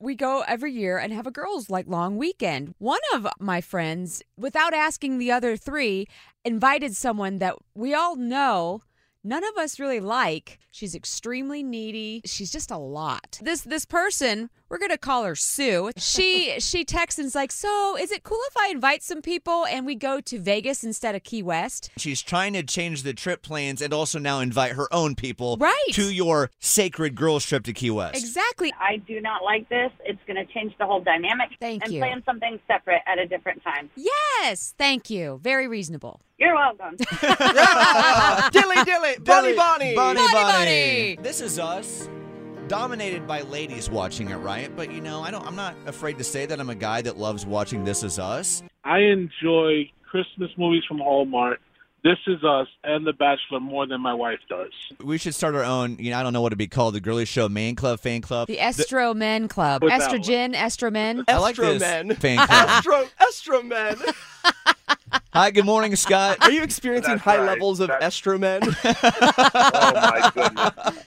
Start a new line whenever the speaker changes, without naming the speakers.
we go every year and have a girls like long weekend. One of my friends, without asking the other three, invited someone that we all know none of us really like. She's extremely needy. She's just a lot. This this person, we're gonna call her Sue. She she texts and's like, so is it cool if I invite some people and we go to Vegas instead of Key West?
She's trying to change the trip plans and also now invite her own people
Right.
to your sacred girls trip to Key West.
Exactly.
I do not like this. It's going to change the whole dynamic.
Thank
and
you.
plan something separate at a different time.
Yes. Thank you. Very reasonable.
You're welcome.
dilly dilly, bunny
Bonnie,
Bonnie,
Bonnie,
bunny.
Bonnie.
This is us, dominated by ladies watching it, right? But you know, I don't. I'm not afraid to say that I'm a guy that loves watching This Is Us.
I enjoy Christmas movies from Hallmark, This Is Us, and The Bachelor more than my wife does.
We should start our own. You know, I don't know what it'd be called. The girly show, man club, fan club.
The Estro Men Club.
What's that
Estrogen, Estromen.
I like this Ah.
Estromen.
fan club.
Estro, estromen.
Hi, good morning, Scott.
Are you experiencing
That's
high
right.
levels of
That's-
estromen?
Oh, my goodness.